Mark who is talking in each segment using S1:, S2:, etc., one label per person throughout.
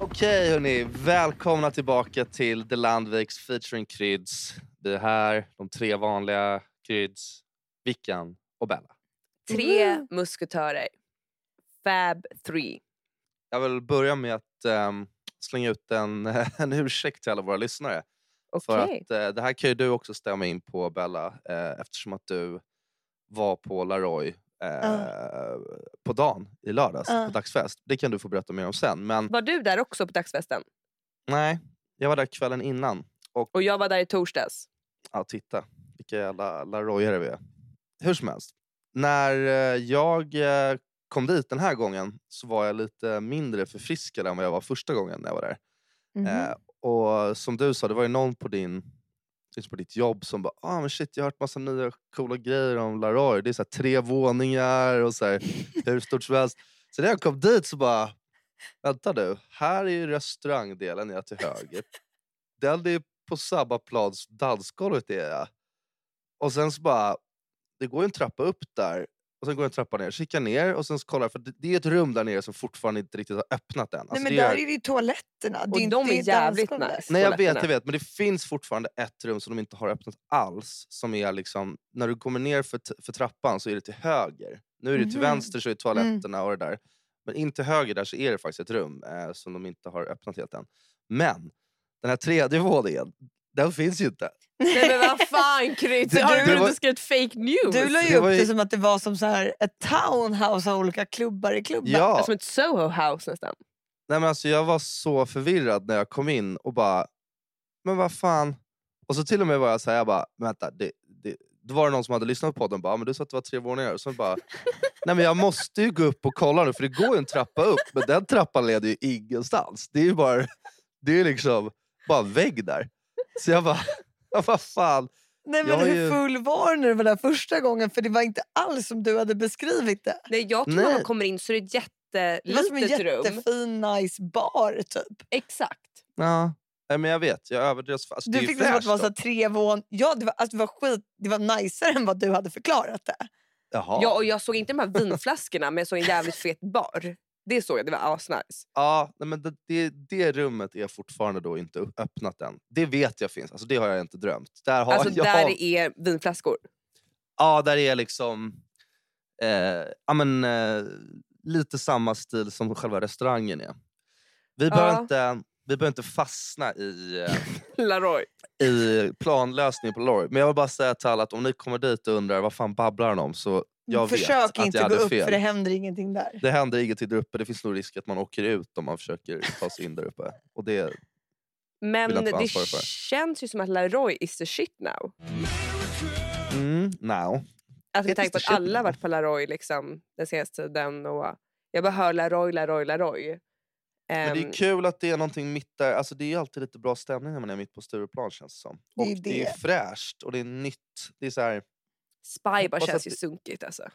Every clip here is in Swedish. S1: Okej, hörni. Välkomna tillbaka till The Landviks featuring Kryds. Det är här, de tre vanliga Kryds, Vickan och Bella.
S2: Tre musketörer. Fab Three.
S1: Jag vill börja med att ehm, slänga ut en, en ursäkt till alla våra lyssnare. För
S2: Okej.
S1: att, eh, det här kan ju du också stämma in på, Bella, eh, eftersom att du var på Laroy eh, på dagen i lördags,
S3: Ja.
S1: på dagsfest. Det kan du få berätta mer om sen. Men
S2: Var du där också på dagsfesten?
S1: nej, jag var där kvällen innan.
S2: Och jag var där i torsdags.
S1: Ja, titta vilka jävla larojare vi är. Hur som helst, när eh, jag eh, kom dit den här gången så var jag lite mindre förfriskad än vad jag var första gången när jag var där.
S2: Mhm.
S1: Eh, och som du sa, det var ju någon på din just på ditt jobb som bara ah, men shit, jag har hört massa nya coola grejer om Laroy. Det är så här, tre våningar och så här, hur stort som helst. Så när jag kom dit så bara, vänta nu, här är ju restaurangdelen jag till höger. Den är på samma plan som dansgolvet är jag. Och sen så bara, det går ju en trappa upp där och sen går en trappa ner. Så gick jag ner och sen så kollar jag, för det det är ett rum där nere som fortfarande inte riktigt har öppnat än. Alltså,
S3: Nej men
S1: det gör-
S3: där är det ju toaletterna.
S2: Och
S3: det är
S2: de
S3: inte
S2: är jävligt
S3: dansgolvet.
S2: nice.
S1: Nej jag vet, jag
S2: toaletterna.
S1: vet. Men det finns fortfarande ett rum som de inte har öppnat alls. Som är liksom, när du kommer ner för, t- för trappan så är det till höger. Nu är det till
S3: Mhm.
S1: vänster så är det toaletterna och det där. Men in till höger där så är det faktiskt ett rum eh, som de inte har öppnat helt än. Men den här tredje våningen, den finns ju inte.
S2: Nej men vad fan
S1: Det-
S2: Krydd, har
S1: det
S2: du
S1: var-
S2: inte skrivit fake news?
S3: Du la ju
S1: Det
S3: upp
S1: var ju-
S3: det som att det var som så här ett townhouse av olika klubbar i klubbar.
S1: Ja.
S2: Som ett Soho house nästan.
S1: Nej, men alltså, jag var så förvirrad när jag kom in och bara, men vad fan. Och så till och med var jag så här, jag bara, "Men vänta, det, det, då var det någon som hade lyssnat på podden och bara, "Ja, men du sa att det var tre våningar. Och så bara, nej men jag måste ju gå upp och kolla nu för det går ju en trappa upp. Men den trappan leder ju ingenstans. Det är ju bara, det är ju liksom bara en vägg där. Så jag bara, "Ja, vad fan.
S3: Nej men
S1: Jag har
S3: hur
S1: ju-
S3: full var du när du var där första gången? För det var inte alls som du hade beskrivit det.
S2: Nej jag tror
S1: Nej.
S2: när man kommer in så är det ett
S3: Det var som en
S2: jättelitet rum.
S3: jättefin nice bar typ.
S2: Exakt.
S1: Ja. Nej, men jag vet, jag överdrev. så- Alltså,
S3: Du
S1: är ju
S3: fick det som att det var
S1: fräscht
S3: så här, tre vån... Ja det var, alltså, det var skit, det var najsare än vad du hade förklarat det.
S1: då. Jaha.
S2: Ja, och jag såg inte de här vinflaskorna men jag såg en jävligt fet bar. Det såg jag, det var asnice.
S1: Ja, nej, men det, det, det rummet är fortfarande då inte upp- öppnat än. Det vet jag finns, alltså, det har jag inte drömt. Där har
S2: Alltså
S1: jag,
S2: där är vinflaskor.
S1: Ja, där är liksom eh, ja, men, eh, lite samma stil som själva restaurangen är. Vi behöver,
S2: Ja.
S1: inte, vi behöver inte fastna i, eh,
S2: Laroy.
S1: i planlösningen på Lorry. Men jag vill bara säga till alla att om ni kommer dit och undrar vad fan babblar han om så jag vet
S3: Försök
S1: att
S3: inte
S1: jag
S3: gå
S1: hade
S3: upp
S1: fel.
S3: för det händer ingenting där.
S1: Det händer ingenting där uppe. Det finns nog risk att man åker ut om man försöker ta sig in där uppe. Och det,
S2: Men
S1: Vill jag inte vara
S2: det
S1: ansvarig för.
S2: känns ju som att Laroy is the shit now.
S1: mm, no.
S2: Alltså med
S1: It is
S2: tanke
S1: the
S2: på att
S1: shit
S2: alla
S1: now.
S2: har varit på Laroy liksom, den senaste tiden. Och jag bara hör Laroy, Laroy, Laroy.
S1: Men det
S2: Ehm,
S1: är kul att det är någonting mitt där. Alltså det är ju alltid lite bra stämning när man är mitt på Stureplan känns det som.
S3: Det
S1: Och
S3: är
S1: det är,
S3: ju det.
S1: fräscht och det är nytt. Det är så här,
S2: Spy bara
S1: Hoppas
S2: känns
S1: att
S2: ju
S1: det-
S2: sunkigt alltså.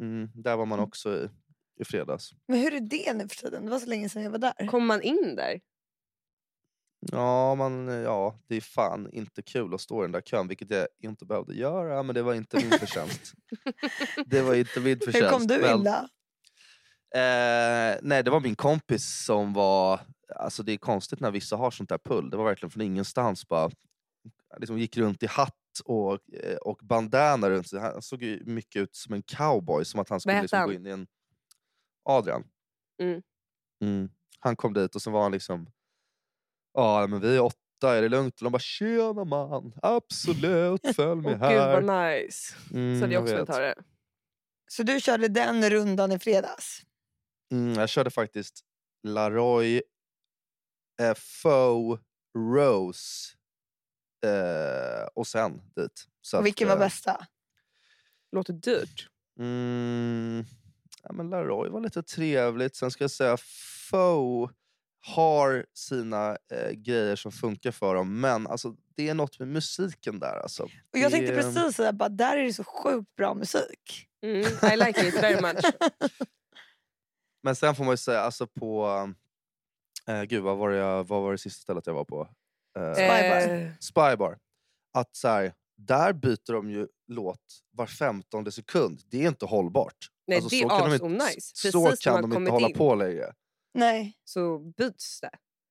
S1: mm, där var man också i, i fredags.
S3: Men hur är det nu för tiden? Det var så länge sedan jag var där.
S2: Kommer man in där?
S1: Ja, man, ja, det är fan inte kul att stå i den där kön, vilket jag inte behövde göra. Men det var inte min förtjänst. det var inte min förtjänst.
S3: Hur kom du
S1: men-
S3: in då?
S1: Eh, nej, det var min kompis som var... Alltså det är konstigt när vissa har sånt där pull. Det var verkligen från ingenstans. Bara, liksom gick runt i hatt och, eh, och bandana runt sig. Han såg ju mycket ut som en cowboy. Som att han skulle
S2: hette
S1: liksom
S2: han?
S1: gå in i en... Adrian.
S2: Mm.
S1: Mm. Han kom dit och så var han liksom... Ja, men vi är åtta, är det lugnt? Och de bara “Tjena man, absolut, följ
S2: Åh
S1: med här”.
S2: gud vad nice.
S1: Mm,
S2: Så hade jag också
S1: vet.
S2: velat ha det.
S3: Så du körde den rundan i fredags?
S1: Mm, jag körde faktiskt Laroy eh, Faux Rose eh, och sen dit. Så att,
S3: Vilken var
S1: eh,
S3: bästa?
S2: Låter dyrt.
S1: Mm, ja, men Laroy var lite trevligt. Sen ska jag säga Faux har sina eh, grejer som funkar för dem. Men alltså, det är något med musiken där. Alltså.
S3: Och jag tänkte
S1: Det-
S3: precis sådär, bara, där är det så sjukt bra musik.
S2: Mm, I like it very much.
S1: Men sen får man ju säga alltså på... Eh, gud, vad var, det jag, vad var det sista stället jag var på? Eh,
S3: Spybar.
S2: Eh,
S1: Spybar. Att så här, där byter de ju låt var femtonde sekund. Det är inte hållbart. Alltså,
S2: Nej, det
S1: så
S2: är
S1: kan de inte,
S2: asonnice.
S1: Så
S2: Precis när
S1: kan
S2: man
S1: de inte
S2: kommit
S1: hålla
S2: in.
S1: på längre.
S3: Nej.
S2: så byts det.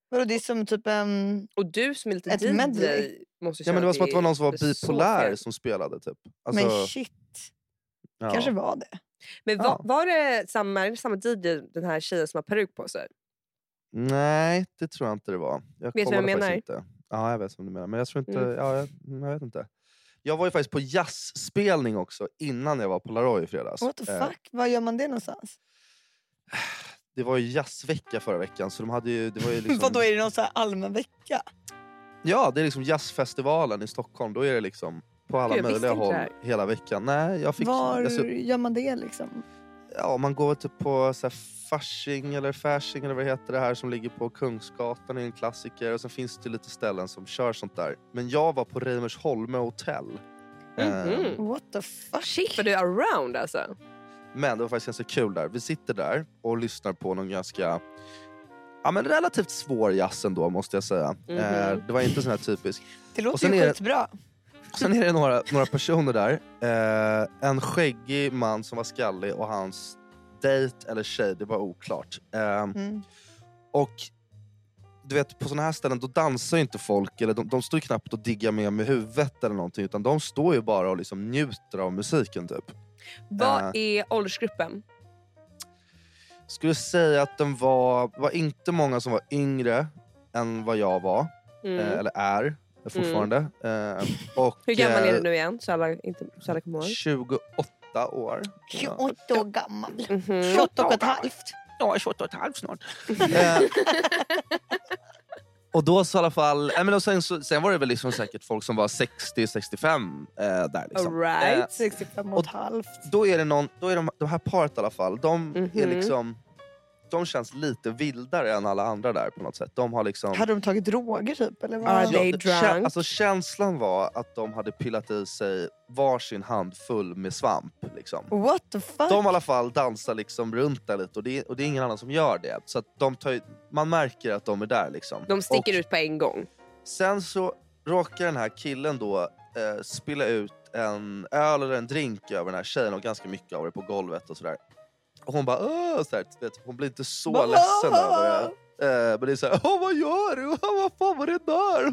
S3: Vadå, det är som typ en...
S2: Och du som är lite
S3: Ett
S2: DJ
S3: medley.
S2: måste ju
S1: Ja, men
S2: känna
S1: det var som att det var någon som var
S2: det är så
S1: bipolär
S2: fel.
S1: som spelade. typ.
S3: men shit,
S1: ja.
S3: kanske var det.
S2: Men va,
S1: Ja.
S2: var det samma, är det samma DJ, den här tjejen som har peruk på sig?
S1: Nej, det tror jag inte det var. Jag
S2: du vad jag
S1: kollade faktiskt
S2: menar?
S1: Inte. Ja, jag vet vad du menar. Men jag tror inte...
S2: Mm.
S1: Ja, jag, mm, jag vet inte. Jag var ju faktiskt på jazzspelning också innan jag var på Polaroid i fredags.
S3: What the
S1: Eh,
S3: fuck? Var gör man det någonstans?
S1: Det var ju jazzvecka förra veckan. Så de hade ju, det var ju liksom,
S3: Vadå, är det någon så här allmän vecka?
S1: Ja, det är liksom jazzfestivalen i Stockholm. Då är det liksom på alla
S2: Gud, jag visste
S1: möjliga
S2: inte
S1: håll
S2: det här.
S1: hela veckan. Nej, jag fick...
S3: Var
S1: alltså,
S3: gör man det liksom?
S1: ja, man går typ på så här Fasching eller Fasching eller vad heter det här som ligger på Kungsgatan. Det är en klassiker. Och sen finns det lite ställen som kör sånt där. Men jag var på Reimersholme hotell. Eh,
S2: Mhm.
S3: What the fuck?
S2: Shit vad du är around alltså.
S1: Men det var faktiskt ganska kul där. Vi sitter där och lyssnar på någon ganska... Ja, men relativt svår jazz ändå, måste jag säga.
S2: Mhm.
S1: Eh, det var inte sån här typisk.
S3: Det
S1: Och
S3: låter
S1: sen
S3: ju
S1: är det-
S3: skitbra.
S1: Sen är det några, några personer där. Eh, en skäggig man som var skallig och hans dejt eller tjej, det var oklart. Eh,
S3: Mm.
S1: och du vet, på såna här ställen då dansar ju inte folk. eller De, de står ju knappt och diggar med med huvudet eller någonting. Utan de står ju bara och liksom njuter av musiken typ.
S2: Vad
S1: Eh.
S2: är åldersgruppen?
S1: Skulle säga att den var, var inte många som var yngre än vad jag var.
S2: Mm.
S1: Eh, eller är fortfarande. Eh, och,
S2: Hur gammal är
S1: eh,
S2: du nu igen? Så alla, inte, så alla kommer ihåg.
S1: 28 år. Ja.
S3: 28 år gammal.
S2: Mhm.
S3: 28 och ett halvt.
S1: Ja, 28 och ett halvt snart. eh, och då så i alla fall... Nej, men och sen, så, sen var det väl liksom säkert folk som var 60-65 eh, där. Liksom.
S2: Alright.
S3: 65 och ett halvt.
S1: Då är det någon, då är de, de här paret i alla fall, de är
S2: Mhm.
S1: liksom... De känns lite vildare än alla andra där på något sätt. De har liksom...
S3: Hade de tagit droger typ? Eller
S2: Ja,
S3: vad?
S2: det- Are they
S1: det- kä-
S2: drunk?
S1: alltså, känslan var att de hade pillat i sig varsin hand full med svamp. Liksom.
S3: What the fuck?
S1: De i alla fall dansar liksom runt där lite och det, är, och det är ingen annan som gör det. Så att de tar, ju- man märker att de är där. Liksom.
S2: De sticker
S1: och
S2: ut på en gång.
S1: Sen så råkar den här killen då eh, spilla ut en öl eller en drink över den här tjejen och ganska mycket av det på golvet och sådär. Och hon bara "Åh", så här, du vet, Hon blir inte så
S3: Mamma!
S1: ledsen över det. Eh, men det är såhär, Åh, vad gör du? Åh, vad fan var det där?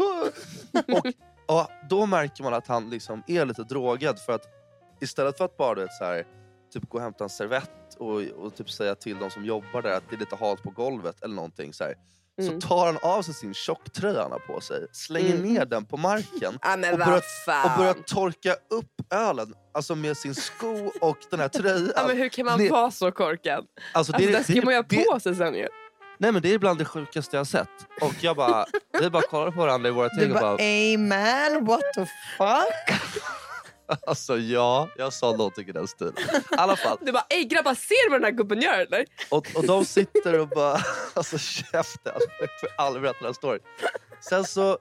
S1: och, ja, då märker man att han liksom är lite drogad för att istället för att bara du vet, så här, typ gå och hämta en servett och, och typ säga till de som jobbar där att det är lite halt på golvet eller någonting så här,
S2: Mm.
S1: så tar han av sig sin tjocktröja han har på sig, slänger
S2: Mm.
S1: ner den på marken
S2: Ah, men
S1: Och
S2: vad
S1: börjar-
S2: fan.
S1: och börjar torka upp ölen alltså med sin sko och den här tröjan.
S2: Ja, men hur kan man
S1: Ni-
S2: vara så korkad?
S1: alltså,
S2: Alltså, det ska man ju ha
S1: det,
S2: på sig sen ju.
S1: nej, men det är bland det sjukaste jag har sett. Och jag bara, vi bara kollar på varandra i våra ting
S3: Du
S1: och
S3: bara,
S1: bara,
S2: "Eh."
S3: amen, what the fuck?
S1: alltså ja, jag sa någonting i den stilen. I alla fall,
S2: Du bara, ey grabbar ser du vad den här gubben gör eller?
S1: Och, och de sitter och bara... Alltså käften! Alltså, jag får aldrig berätta den här storyn. Sen så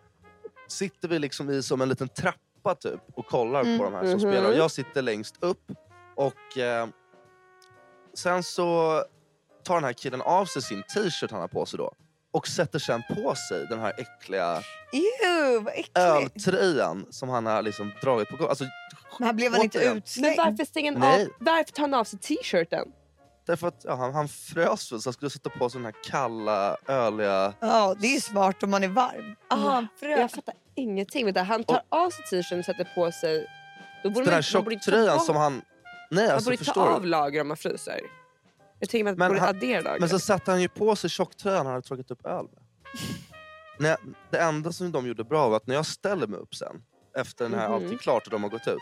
S1: sitter vi liksom i som en liten trappa typ och kollar
S3: Mm,
S1: på de här som
S2: mhm.
S1: spelar. Och jag sitter längst upp och eh, sen så tar den här killen av sig sin t-shirt han har på sig då och sätter sen på sig den här äckliga
S3: Ew, vad äckligt.
S1: öltröjan som han har liksom dragit på golvet. Alltså,
S3: Men här blev han inte
S1: återigen.
S2: Men
S3: utslängd.
S2: varför, stänger han
S1: Nej.
S2: av, varför tar han av sig t-shirten?
S1: därför att ja, han, han frös väl så han skulle sätta på sig den här kalla, öliga...
S3: Ja, det är smart om man är varm. Ah, frö.
S2: Jag fattar ingenting. Vänta, han tar av sig t-shirten och sätter på sig... Då borde
S1: den här
S2: man- man borde inte ta
S1: tjocktröjan
S2: bort-
S1: som han... Nej,
S2: Man
S1: alltså,
S2: borde inte
S1: förstår
S2: ta av
S1: du?
S2: lager om man fryser. Jag tänker mig att man
S1: Men
S2: borde
S1: han-
S2: addera lager.
S1: Men så satte han ju på sig tjocktröjan han hade tagit upp öl med. Nej, det enda som de gjorde bra var att när jag ställer mig upp sen, efter den här
S2: Mhm.
S1: allt är klart och de har gått ut,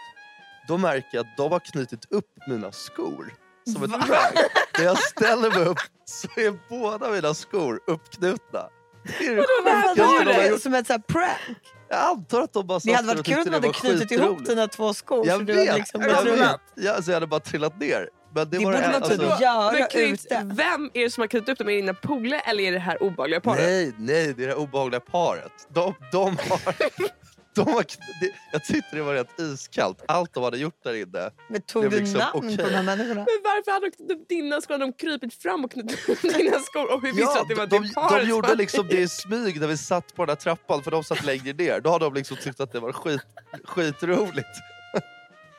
S1: då märker jag att de har knutit upp mina skor. Som ett
S3: Va?
S1: plagg. När jag ställer mig upp så är båda mina skor uppknutna. Det är det
S3: Men
S1: sjukaste
S3: vadå,
S1: de har
S3: det
S1: gjort.
S3: Som ett så här prank.
S1: Jag antar att de bara satt
S3: Det hade
S1: där
S3: varit
S1: och
S3: kul
S1: tyckte
S3: om
S1: det
S3: du hade
S1: var
S3: knutit ihop
S1: skitroligt.
S3: dina två skor.
S1: Jag
S3: så du hade
S1: vet,
S3: liksom
S1: jag
S3: rullat.
S1: vet. Ja, alltså jag hade bara trillat ner. Men det,
S3: Det
S1: var
S3: borde
S1: det,
S3: man typ
S1: alltså-
S3: göra
S2: Men Knut,
S3: ute.
S2: vem är det som har knutit upp dem? Är det dina polare eller är det här obehagliga paret?
S1: Nej, nej, det är det här obehagliga paret. De, de har... De har kn- det, jag tyckte det var rätt iskallt. Allt de hade gjort där inne.
S3: Men
S1: Det
S3: tog
S1: är
S3: du
S1: liksom
S3: namn
S1: okej.
S3: på de här människorna?
S2: Men varför hade de knutit upp dina skor? Hade de krypit fram och knutit upp dina skor? Och hur visste du att det var
S1: de,
S2: det
S1: de,
S2: paret
S1: de
S2: som
S1: gjorde
S2: hade-
S1: liksom det i smyg när vi satt på den här trappan för de satt längre ner. Då har de liksom tyckt att det var skit, skitroligt.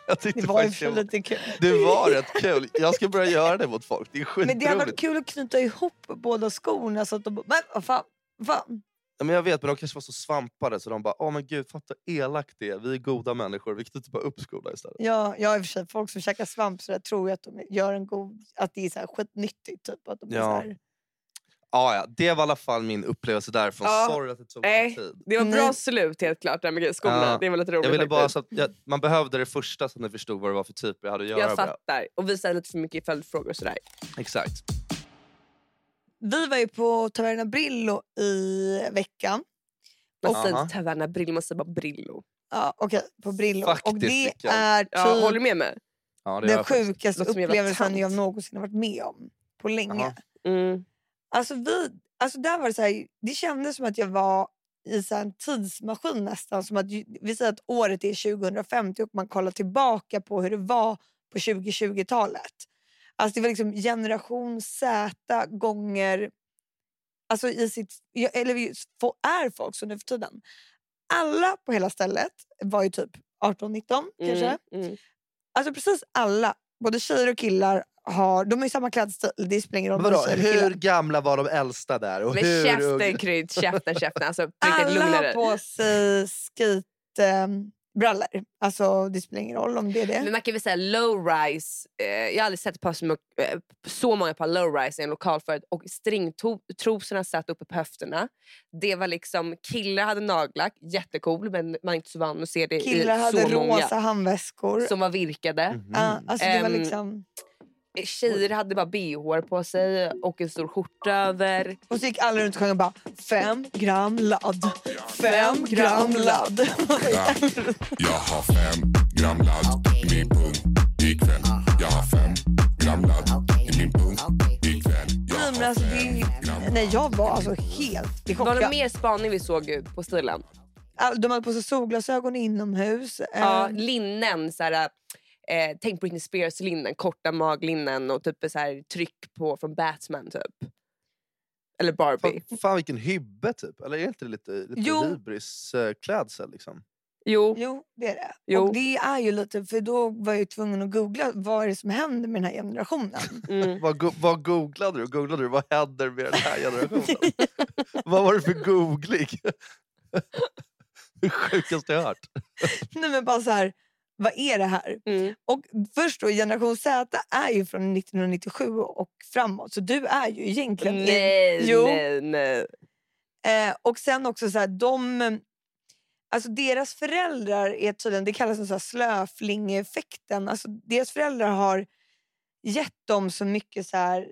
S1: Jag
S3: Det
S1: tyckte
S3: var ju
S1: faktiskt
S3: för
S1: det, var,
S3: lite kul.
S1: det var rätt kul. Jag ska börja göra det mot folk. Det är
S3: Men det hade varit
S1: skitroligt.
S3: kul att knyta ihop båda skorna så att de bara, men vad fan, vad fan.
S1: Ja, Men jag vet, men de kanske var så svampade så de bara åh men gud fatta elakt det är. Vi är goda människor. Vi knyter bara upp skolan istället.
S3: Ja, jag i och för sig, folk som käkar svamp så där, tror jag att de gör en god, att det är så här skitnyttigt. Typ, att de är
S1: Ja.
S3: så här,
S1: Ah, ja, det var i alla fall min upplevelse därifrån.
S2: Ja.
S1: Sorry att det tog
S2: Nej.
S1: tid.
S2: Det var
S3: Nej.
S2: bra slut helt klart där med skorna.
S1: Ja.
S2: Det var lite roligt
S1: Jag ville bara
S2: faktiskt.
S1: så att jag, man behövde det första så att ni förstod vad det var för typ jag hade att göra
S2: Jag
S1: med.
S2: fattar. Och vi ställde lite för mycket följdfrågor och sådär.
S1: Exakt.
S3: vi var ju på Taverna Brillo i veckan.
S2: Man
S1: Och-
S2: säger
S1: Aha.
S2: inte Taverna Brillo, man säger bara Brillo.
S3: Ja, okej, på Brillo. och
S1: Faktiskt,
S3: det
S1: vilken-
S3: är typ
S2: Ja, Håller du med mig?
S1: Ja, det gör
S3: den
S1: jag faktiskt.
S3: sjukaste
S2: Låter som en jävla
S3: upplevelsen
S2: tant.
S3: jag någonsin har varit med om. På länge.
S1: Jaha.
S2: Mm.
S3: Alltså vi, alltså där var det, så här, det kändes som att jag var i så här en tidsmaskin nästan. Som att, ju- vi säger att året är 2050 och man kollar tillbaka på hur det var på 2020-talet. Alltså det var liksom generation Z gånger... Alltså i sitt, ja, eller vi få- är folk så nu för tiden. Alla på hela stället var ju typ 18-19 kanske.
S2: Mm. Mm.
S3: Alltså precis alla, både tjejer och killar, har, de har ju samma klädstil. Det spelar ingen roll
S1: Men
S3: om det är
S1: vadå,
S3: tjejer eller killar.
S1: hur gamla var de äldsta där? Och
S2: Men
S1: hur
S2: käften
S1: unga-
S2: Krydd, käften käften. Alltså, på riktigt,
S3: Alla
S2: lugna
S3: har
S2: dig.
S3: på sig skatebrallor. Alltså, det spelar ingen roll om det är
S2: Men
S3: det.
S2: man kan väl säga low rise. Eh, jag har aldrig sett ett par som, eh, så många par low rise i en lokal förut. Och stringtrosorna satt uppe på höfterna. Det var liksom, killar hade nagellack, jättecool men man är inte så van att se det
S3: Killar
S2: i
S3: hade
S2: så många.
S3: rosa handväskor.
S2: Som var virkade.
S1: Mhm.
S3: Ja, alltså, det var
S2: Ehm,
S3: liksom...
S2: Eh, Tjejer hade bara bh på sig och en stor skjorta över.
S3: Och så gick alla runt och sjöng och bara fem gram ladd, fem gram ladd.
S4: Jag har fem gram ladd i min pung ikväll. Jag har fem gram ladd i min pung ikväll. Jag
S3: Nej, men
S4: har
S3: alltså, det är
S4: fem
S3: ju...
S4: gram
S3: Nej, jag var alltså helt i chock.
S2: Var det
S3: Jag-
S2: mer spaning vi såg ut på stilen?
S3: all- De hade på sig solglasögon inomhus.
S2: Ja,
S3: Ehm,
S2: linnen. Så här, eh, tänk Britney Spears-linnen. Korta maglinnen och typ så här, tryck på från Batman. typ. Eller Barbie.
S1: Fan, fan vilken hybbe typ. Eller är inte det lite, lite
S3: Jo.
S1: hybrisklädsel liksom?
S2: Jo,
S3: Jo, det är det.
S2: Jo.
S3: Och det är ju lite, för då var jag ju tvungen att googla vad är det som händer med den här generationen.
S2: mm.
S1: Vad, go- vad googlade du? Googlade du vad händer med den här generationen? vad var det för googling? det sjukaste jag hört.
S3: Nej, men bara så här, vad är det här?
S2: Mm.
S3: Och först då, generation Z är ju från 1997 och framåt, så du är ju egentligen... i-
S2: Nej,
S3: Jo.
S2: nej, nej.
S3: Eh, och sen också så här, de... Alltså deras föräldrar är tydligen, det kallas så här slöflingeffekten. Alltså deras föräldrar har gett dem så mycket så här,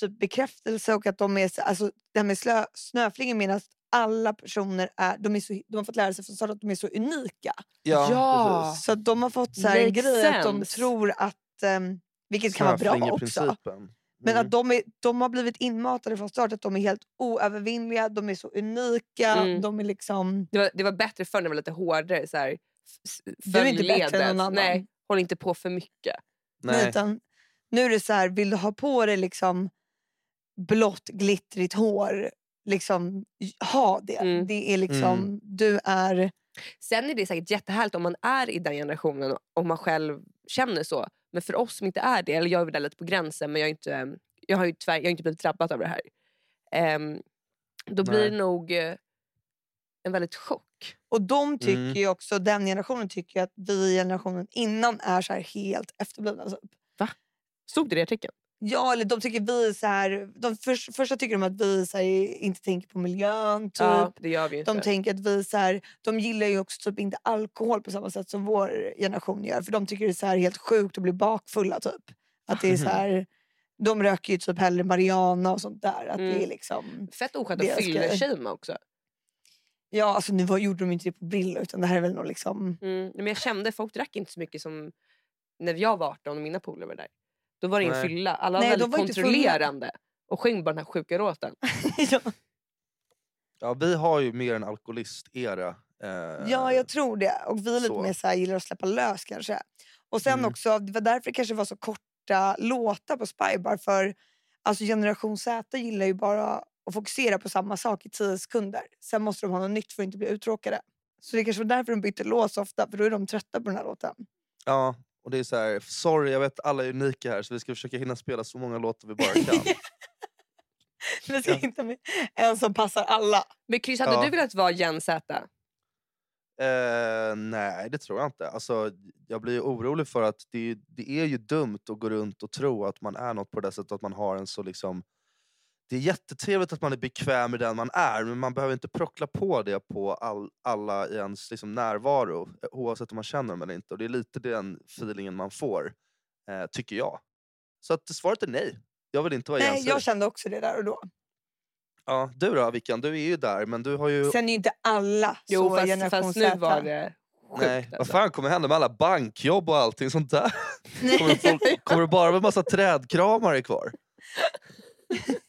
S3: typ bekräftelse och att de är, så- alltså det här med slö, snöflingor menas att alla personer är, de, är så, de har fått lära sig från starten att de är så unika.
S2: Ja.
S1: precis.
S3: Så att de har fått så här en
S2: Makes
S3: grej att de
S2: sense.
S3: tror att, ehm, vilket kan vara bra också,
S1: Snöflingeprincipen. Mm.
S3: men att de, är, de har blivit inmatade från start att de är helt oövervinnliga, de är så unika,
S2: Mm.
S3: de är liksom...
S2: Det, var, det var bättre förr när det var lite hårdare. Så här, f- s-
S3: Du är inte
S2: följ
S3: bättre än
S2: ledet.
S3: någon annan.
S2: Nej, håll inte på för mycket.
S1: Nej.
S3: Utan, nu är det så här, vill du ha på dig liksom blått glittrigt hår, liksom ha det.
S2: Mm.
S3: Det är liksom,
S1: Mm.
S3: du är...
S2: Sen är det säkert jättehärligt om man är i den generationen och om man själv känner så. Men för oss som inte är det, eller jag är väl där lite på gränsen men jag, är inte, jag har ju tyvärr jag har inte blivit drabbad av det här. Ehm, då blir
S1: Nej.
S2: det nog eh, en väldigt chock.
S3: Och de tycker
S1: Mm.
S3: ju också, den generationen tycker ju att vi i generationen innan är så här helt efterblivna. Typ.
S2: Stod det i det artikeln?
S3: Ja, eller de tycker vi är så här, de för, första tycker de att vi så här, inte tänker på miljön. Typ.
S2: Ja, det gör vi ju inte.
S3: De tänker att vi så här, de gillar ju också typ inte alkohol på samma sätt som vår generation gör. För de tycker det är så här helt sjukt att bli bakfulla typ. Att det är så här, de röker ju typ hellre marijuana och sånt där. Att
S2: Mm.
S3: det är liksom,
S2: Fett oskönt
S3: Deras
S2: att
S3: grejer.
S2: fylleshama också.
S3: ja, alltså nu var, gjorde de ju inte det på Brillo utan det här är väl någon liksom...
S2: Mm. Men jag kände folk drack inte så mycket som när jag var 18 och mina polare var där. Då var det ingen
S1: Nej.
S2: fylla. Alla
S3: Nej,
S2: var
S3: de
S2: väldigt
S3: var inte fulla.
S2: kontrollerande. Och sjöng bara den här sjuka låten.
S3: ja,
S1: Ja, vi har ju mer en alkoholist-era. Eh,
S3: ja, jag tror det. Och vi är lite
S1: så.
S3: mer så här, gillar att släppa lös kanske. Och sen
S1: Mm.
S3: också, det var därför det kanske var så korta låtar på Spybar. För alltså generation Z gillar ju bara att fokusera på samma sak i tio sekunder. Sen måste de ha något nytt för att inte bli uttråkade. Så det kanske var därför de bytte låt så ofta, för då är de trötta på den här låten.
S1: Ja, och det är så här, sorry jag vet alla är unika här så vi ska försöka hinna spela så många låtar vi bara kan.
S3: Vi ska
S1: Ja.
S3: inte med en som passar alla.
S2: Men Chris, hade
S1: Ja.
S2: du velat vara Jen Z?
S1: eh, nej, det tror jag inte. Alltså, jag blir ju orolig för att det, är- det är ju dumt att gå runt och tro att man är något på det sättet, att man har en så liksom det är jättetrevligt att man är bekväm i den man är, men man behöver inte prockla på det på all, alla i ens liksom, närvaro, eh, oavsett om man känner dem eller inte. Och det är lite den feelingen man får, eh, tycker jag. Så att svaret är nej. Jag vill inte vara
S3: Nej,
S1: Jens
S3: jag
S1: Z.
S3: kände också det där och då.
S1: Ja, du då Vickan, du är ju där men du har ju...
S3: Sen är ju inte alla
S2: Jo,
S3: så
S2: fast,
S3: generation
S2: fast nu
S3: Z.
S2: var det sjukt.
S1: Nej, vad
S2: alltså.
S1: fan kommer hända med alla bankjobb och allting sånt där? Kommer,
S3: Nej.
S1: folk, kommer det bara vara en massa trädkramare kvar? Det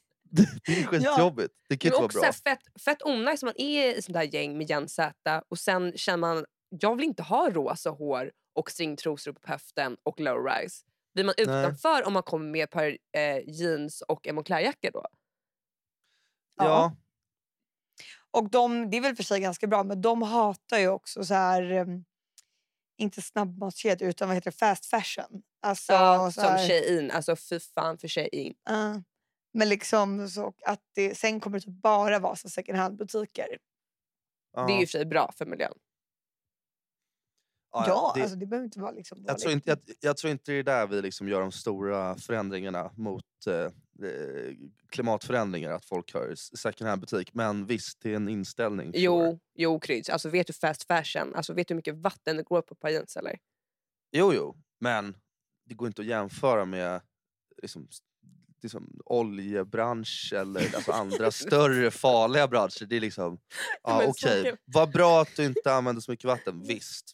S1: det är skitjobbigt. Det kan
S2: Det
S1: inte
S2: är
S1: vara
S2: också
S1: bra.
S2: så här fett, fett onajs när man är i sånt där gäng med Jens Z och sen känner man jag vill inte ha rosa hår och stringtrosor på höften och low-rise. Blir man utanför om man kommer med ett par eh, jeans och en Moncler-jacka då?
S1: Ja,
S3: Och de, det är väl för sig ganska bra, men de hatar ju också så här... em, Inte snabbmatskedjor, utan vad heter det? Fast fashion. Alltså,
S2: Ja,
S3: så
S2: som
S3: här,
S2: tjejin. Alltså fy fan för tjejin.
S3: ja. men liksom så att det, sen kommer det typ bara vara så second hand-butiker.
S1: ja.
S2: Det är ju i och för sig bra för miljön.
S1: Ja,
S3: ja,
S1: det-
S3: alltså det behöver inte vara liksom
S1: jag, tror
S3: dåligt.
S1: inte, jag, jag tror inte det är där vi liksom gör de stora förändringarna mot eh, eh, klimatförändringar, att folk har s- second hand-butik. Men visst, det är en inställning. sure.
S2: Jo, jo Kryds. Alltså vet du fast fashion? Alltså vet du hur mycket vatten det går på ett par jeans eller?
S1: Jo, jo, men det går inte att jämföra med liksom, s- liksom, oljebransch eller alltså andra större farliga branscher. Det är liksom, ja
S2: Men
S1: okej,
S2: saker-
S1: vad bra att du inte använder så mycket vatten, visst.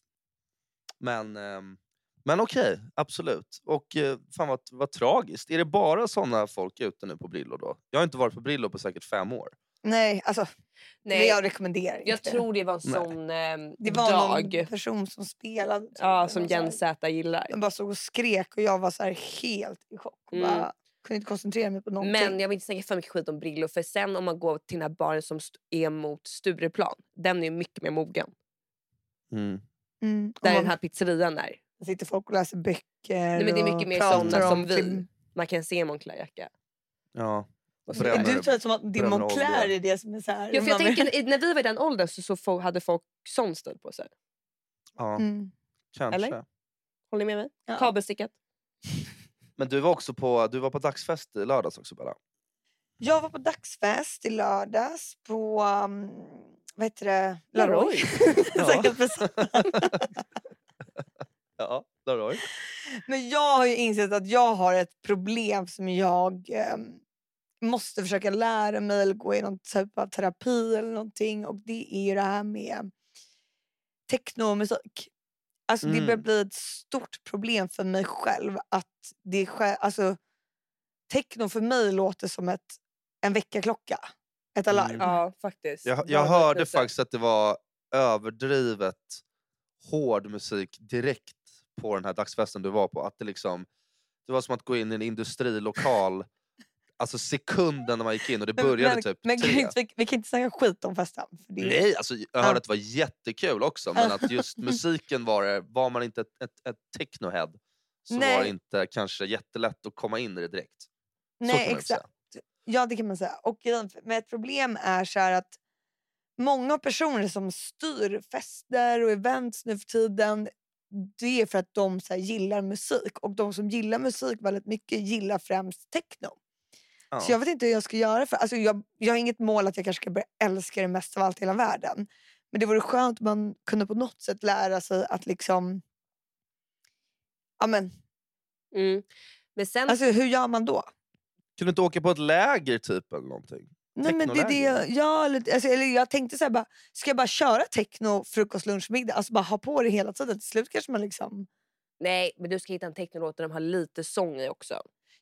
S1: Men, ehm, men okej, absolut. Och eh, fan vad, vad tragiskt. Är det bara såna folk ute nu på Brillo då? Jag har inte varit på Brillo på säkert fem år.
S3: Nej, alltså
S2: Nej,
S3: jag
S2: jag,
S3: rekommenderar inte.
S2: tror det var en
S1: Nej.
S2: sån eh,
S3: det var
S2: dag
S3: någon person som spelade. typ,
S2: ja,
S3: eller
S2: som
S3: någon så här- Mm,
S2: Jens Z gillar.
S3: De bara stod och skrek och jag var så här helt i chock. och
S2: Mm.
S3: Bara, kunde inte koncentrera mig på någonting.
S2: Men jag vill inte snacka för mycket skit om Brillo. För sen om man går till den här baren som st- är mot Stureplan. Den är ju mycket mer mogen.
S1: Mm.
S3: mm.
S2: Där
S3: och
S2: den här pizzerian är.
S3: man sitter folk och läser böcker Nej,
S2: men det är mycket mer
S1: sådana
S2: som vi.
S3: typ
S2: Man kan se en Moncler-jacka.
S1: Ja.
S2: och så
S1: Bränner-
S2: vidare.
S3: Du tror att som att din
S1: bränner
S3: Moncler
S1: olja.
S3: är det som är så här.
S2: Ja, för jag
S3: man-
S2: tänker, i- när vi var i den åldern så, så fo- hade folk sån stil på sig.
S1: ja,
S3: Mm.
S1: kanske.
S2: Eller? Håller ni med mig?
S3: Ja.
S2: Kabelstickat.
S1: Men du var också på, du var på dagsfest i lördags också Bella.
S3: Jag var på dagsfest i lördags på um, vad heter det?
S2: La
S3: Laroy.
S1: Ja.
S3: Säkert precis.
S1: Ja, Laroy.
S3: Men jag har ju insett att jag har ett problem som jag ehm, måste försöka lära mig eller gå i någon typ av terapi eller någonting. Och det är ju det här med techno och musik. Alltså det börjar
S1: Mm.
S3: bli ett stort problem för mig själv att det är själv, alltså techno för mig låter som ett, en väckarklocka. Ett
S1: Mm.
S3: alarm.
S2: Ja, faktiskt.
S1: Jag,
S2: Bra
S1: jag hörde
S2: liknelse.
S1: faktiskt att det var överdrivet hård musik direkt på den här dagsfesten du var på. Att det, liksom, det var som att gå in i en industrilokal alltså sekunden när man gick in och det
S3: Men-
S1: började
S3: men,
S1: typ
S3: men
S1: tre.
S3: Gud, vi, vi kan inte snacka skit om festen. För det,
S1: Nej, alltså, jag hörde att det var jättekul också men att just musiken var det, var man inte ett, ett, ett technohead så var
S3: Nej.
S1: det inte kanske jättelätt att komma in i det direkt. så kan
S3: nej
S1: man ju
S3: exakt.
S1: säga.
S3: Ja, det kan man säga. Och grejen f- med ett problem är så här att många personer som styr fester och events nu för tiden det är för att de så här, gillar musik. Och de som gillar musik väldigt mycket gillar främst techno.
S1: Ja.
S3: Så jag vet inte hur jag ska göra. För, alltså, jag, jag har inget mål att jag kanske ska börja älska det mesta av allt i hela världen. Men det vore skönt om man kunde på något sätt lära sig att liksom... Ja, men,
S2: Mm. Men sen
S3: alltså, hur gör man då?
S1: Kunde du inte åka på ett läger typ eller någonting?
S3: Nej, men det, är det, jag- ja, eller, alltså, eller jag tänkte så här, bara, ska jag bara köra techno frukost, lunch, middag? Alltså bara ha på det hela tiden. Till slut kanske man liksom...
S2: Nej, men du ska hitta en technolåt där de har lite sång i också.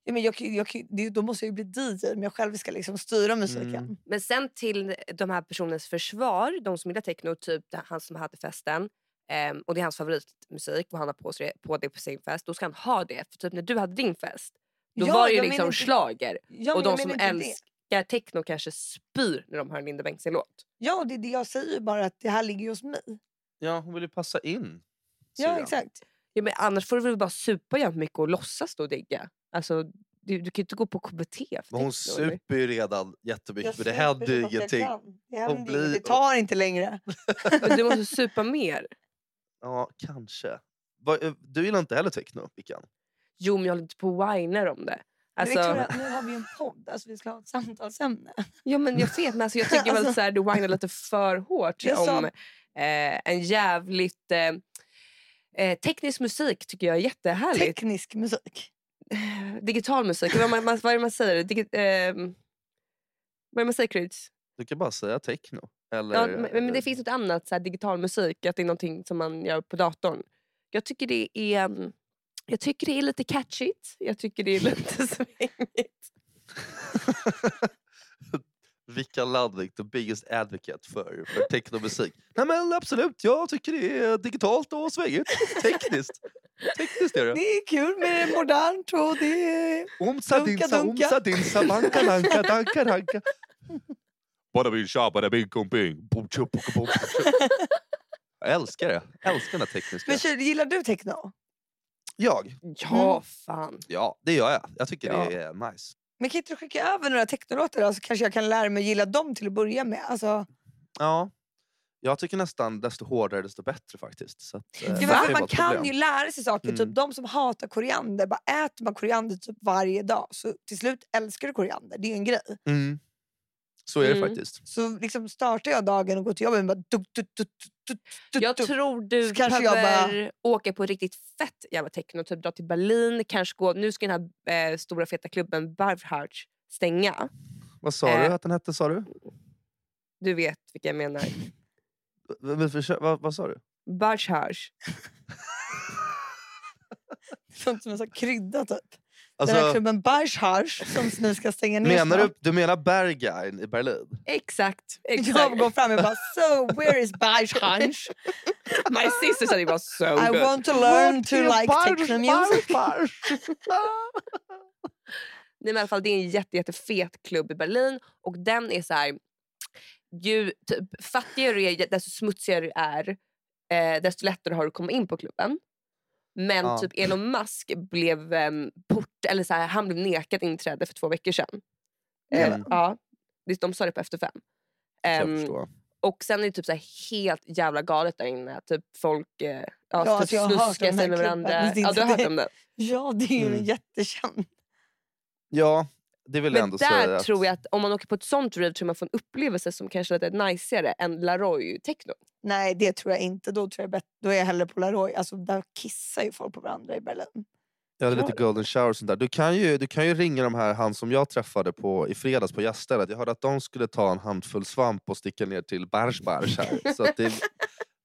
S3: Ja, men jag, kan ju- jag, kan ju- det, då måste jag ju bli DJ om jag själv ska liksom styra musiken.
S1: Mm.
S2: Men sen till de här personernas försvar, de som gillar techno, typ det- han som hade festen ehm, och det är hans favoritmusik och han har på, sig, det- på det på sin fest, då ska han ha det. För typ när du hade din fest, då
S3: Ja,
S2: var det ju
S3: jag menar
S2: liksom
S3: inte-
S2: schlager.
S3: Ja,
S2: och
S3: men jag
S2: de som
S3: menar inte det.
S2: älskar techno kanske spyr när de hör Linda Bengtzing-låt.
S3: Ja, det är det jag säger bara att det här ligger ju hos mig.
S1: Ja, hon ville ju passa in.
S3: Ja,
S1: syrran.
S3: exakt.
S2: Jo, Ja, men annars får du väl bara supa jävligt mycket och låtsas då digga. Alltså, du, du kan ju inte gå på KBT. för
S1: Men hon
S2: det, eller?
S1: super ju redan jättemycket. Men det
S3: super
S1: händer
S3: så
S1: ju
S3: gott jag
S1: ingenting.
S3: kan. Det, händer
S1: blir-
S3: inget. det tar inte längre.
S2: Men du måste supa mer.
S1: Ja, kanske. Vad- eh, Du gillar inte heller techno, Vickan?
S2: Jo, men jag håller inte på och whinar om det.
S3: Men
S2: Alltså,
S3: Victoria, nu har vi en podd, alltså vi ska ha ett samtalsämne.
S2: ja, men jag vet, men alltså, jag tycker väl
S3: Alltså-
S2: så här, du whinar lite för hårt
S3: Jag sa-
S2: om eh, en jävligt... Eh, eh, teknisk musik tycker jag är jättehärligt. Eh,
S3: Teknisk musik.
S2: Digital musik, vad, man, man, vad är det man säger? Digi, ehm, vad är det man säger, Kryds?
S1: Du kan bara säga techno. Eller,
S2: Ja, men, men det
S1: eh,
S2: finns något annat, så här, digital musik, att det är någonting som man gör på datorn. Jag tycker det är, mm, jag tycker det är lite catchigt, jag tycker det är lite svängigt.
S1: Vickan Landvik, the biggest advocate för, för technomusik. Nej men absolut, jag tycker det är digitalt och svängigt. Tekniskt. Tekniskt är det.
S3: Det är kul med det modernt och det är...
S1: Omsa
S3: Dunka,
S1: dinsa,
S3: dunka.
S1: omsa dinsa, banka lanka, danka ranka. Bada bing tja, bada bing kung bing. Boom, tjo, boom, boom, boom, tjo. Jag älskar det. Jag älskar den här tekniska.
S3: Men tjej, gillar du techno?
S1: Jag?
S3: Mm.
S2: Ja, fan.
S1: Ja, det gör jag. Jag tycker
S2: Ja.
S1: det är nice.
S3: Men kan inte du skicka över några technolåtar då, så kanske jag kan lära mig gilla dem till att börja med? Alltså,
S1: Ja. Jag tycker nästan desto hårdare desto bättre faktiskt. Så att, eh,
S3: ja,
S1: det kan
S3: men för
S1: ju vara
S3: man
S1: ett
S3: kan
S1: problem.
S3: ju lära sig saker.
S1: Mm.
S3: Typ de som hatar koriander, bara äter man koriander typ varje dag så till slut älskar du koriander. Det är ju en grej.
S1: Mm. Så är det
S2: Mm.
S1: faktiskt.
S3: Så liksom startar jag dagen och går till jobbet och bara... Duk, duk, duk, duk, duk,
S2: Jag
S3: duk.
S2: tror du
S3: Så kanske jag
S2: behöver åka på riktigt fett jävla techno, typ dra till Berlin, kanske gå, nu ska den här eh, stora feta klubben Barfhardt stänga.
S1: Vad sa
S2: Eh.
S1: du att den hette? Sa du?
S2: Du vet vilka jag menar.
S1: V- v- försö- Vad, vad sa du?
S2: Barfhardt.
S3: Sånt som en sån här krydda typ. Den här
S1: Alltså,
S3: klubben Bajshars som nu ska stänga ner
S1: menar du,
S3: snart.
S1: du menar Berghain i Berlin?
S2: Exakt. exakt.
S3: Jag går fram och bara so where is Bajshars?
S2: My sister said it was so
S1: Oh,
S3: I
S2: good.
S3: want to learn to like techno music.
S2: Nej, men i alla fall, det är en jätte, jättefet klubb i Berlin och den är så här... Ju typ, fattigare du är, desto smutsigare du är, eh, desto lättare har du att komma in på klubben. Men
S1: Ja.
S2: typ Elon Musk blev em, port, eller så här, han blev nekad inträde för två veckor sedan. Eh,
S1: Mm.
S2: ja, Det- de sa det på Efter fem. Em,
S3: Ehm.
S2: och sen är det typ så här helt jävla galet där inne. Typ folk eh, ja,
S3: Ja,
S2: typ
S3: alltså jag har hört om
S2: snuskar
S3: den
S2: sig
S3: här
S2: med varandra.
S3: klubben. Det är
S2: Ja,
S3: inte
S2: du har hört
S3: det.
S2: om den.
S3: Ja, det är ju
S1: Mm.
S3: en jättekänd.
S1: Ja, det vill jag
S2: Men
S1: ändå
S2: där
S1: säga. att-
S2: tror jag att om man åker på ett sånt rave tror jag man får en upplevelse som kanske är lite najsigare än Laroy-techno.
S3: Nej, det tror jag inte. Då, tror jag bättre. då är jag hellre på Laroy. Alltså, där kissar ju folk på varandra i Berlin.
S1: Ja, det är lite golden shower och sånt där. Du kan, ju, du kan ju ringa de här, han som jag träffade på i fredags på gäststället. Jag hörde att de skulle ta en handfull svamp och sticka ner till Bärs Bärs här. Så att det,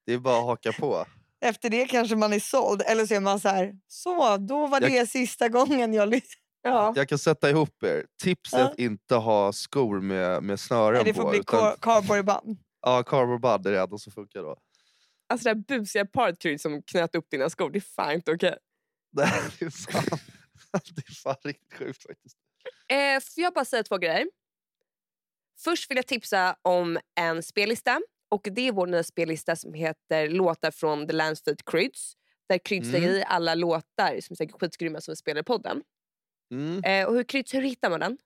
S1: det är bara att haka på.
S3: Efter det kanske man är såld. Eller så är man så här, så då var
S1: Jag-
S3: det sista gången jag lyssnade. Ja.
S1: Jag kan sätta ihop er. Tips är
S3: Ja.
S1: att inte ha skor med, med snören
S3: Nej, det
S1: på.
S3: får bli
S1: utan-
S3: car- cardboardband.
S1: Ja, cardboard bud är det enda som funkar då.
S2: Alltså det här busiga partryt som knöt upp dina skor, det är fan inte okej.
S1: Nej, det är fan, det är fan riktigt sjukt faktiskt.
S2: Eh, får jag bara säga två grejer? Först vill jag tipsa om en spellista. Och Det är vår nya spellista som heter Låtar från The Landsfeed Kryds. Där Kryds
S1: Mm.
S2: lägger i alla låtar som är säkert skitgrymma som vi spelar i podden.
S1: Mm.
S2: Eh, och hur, Kryds, hur hittar man den?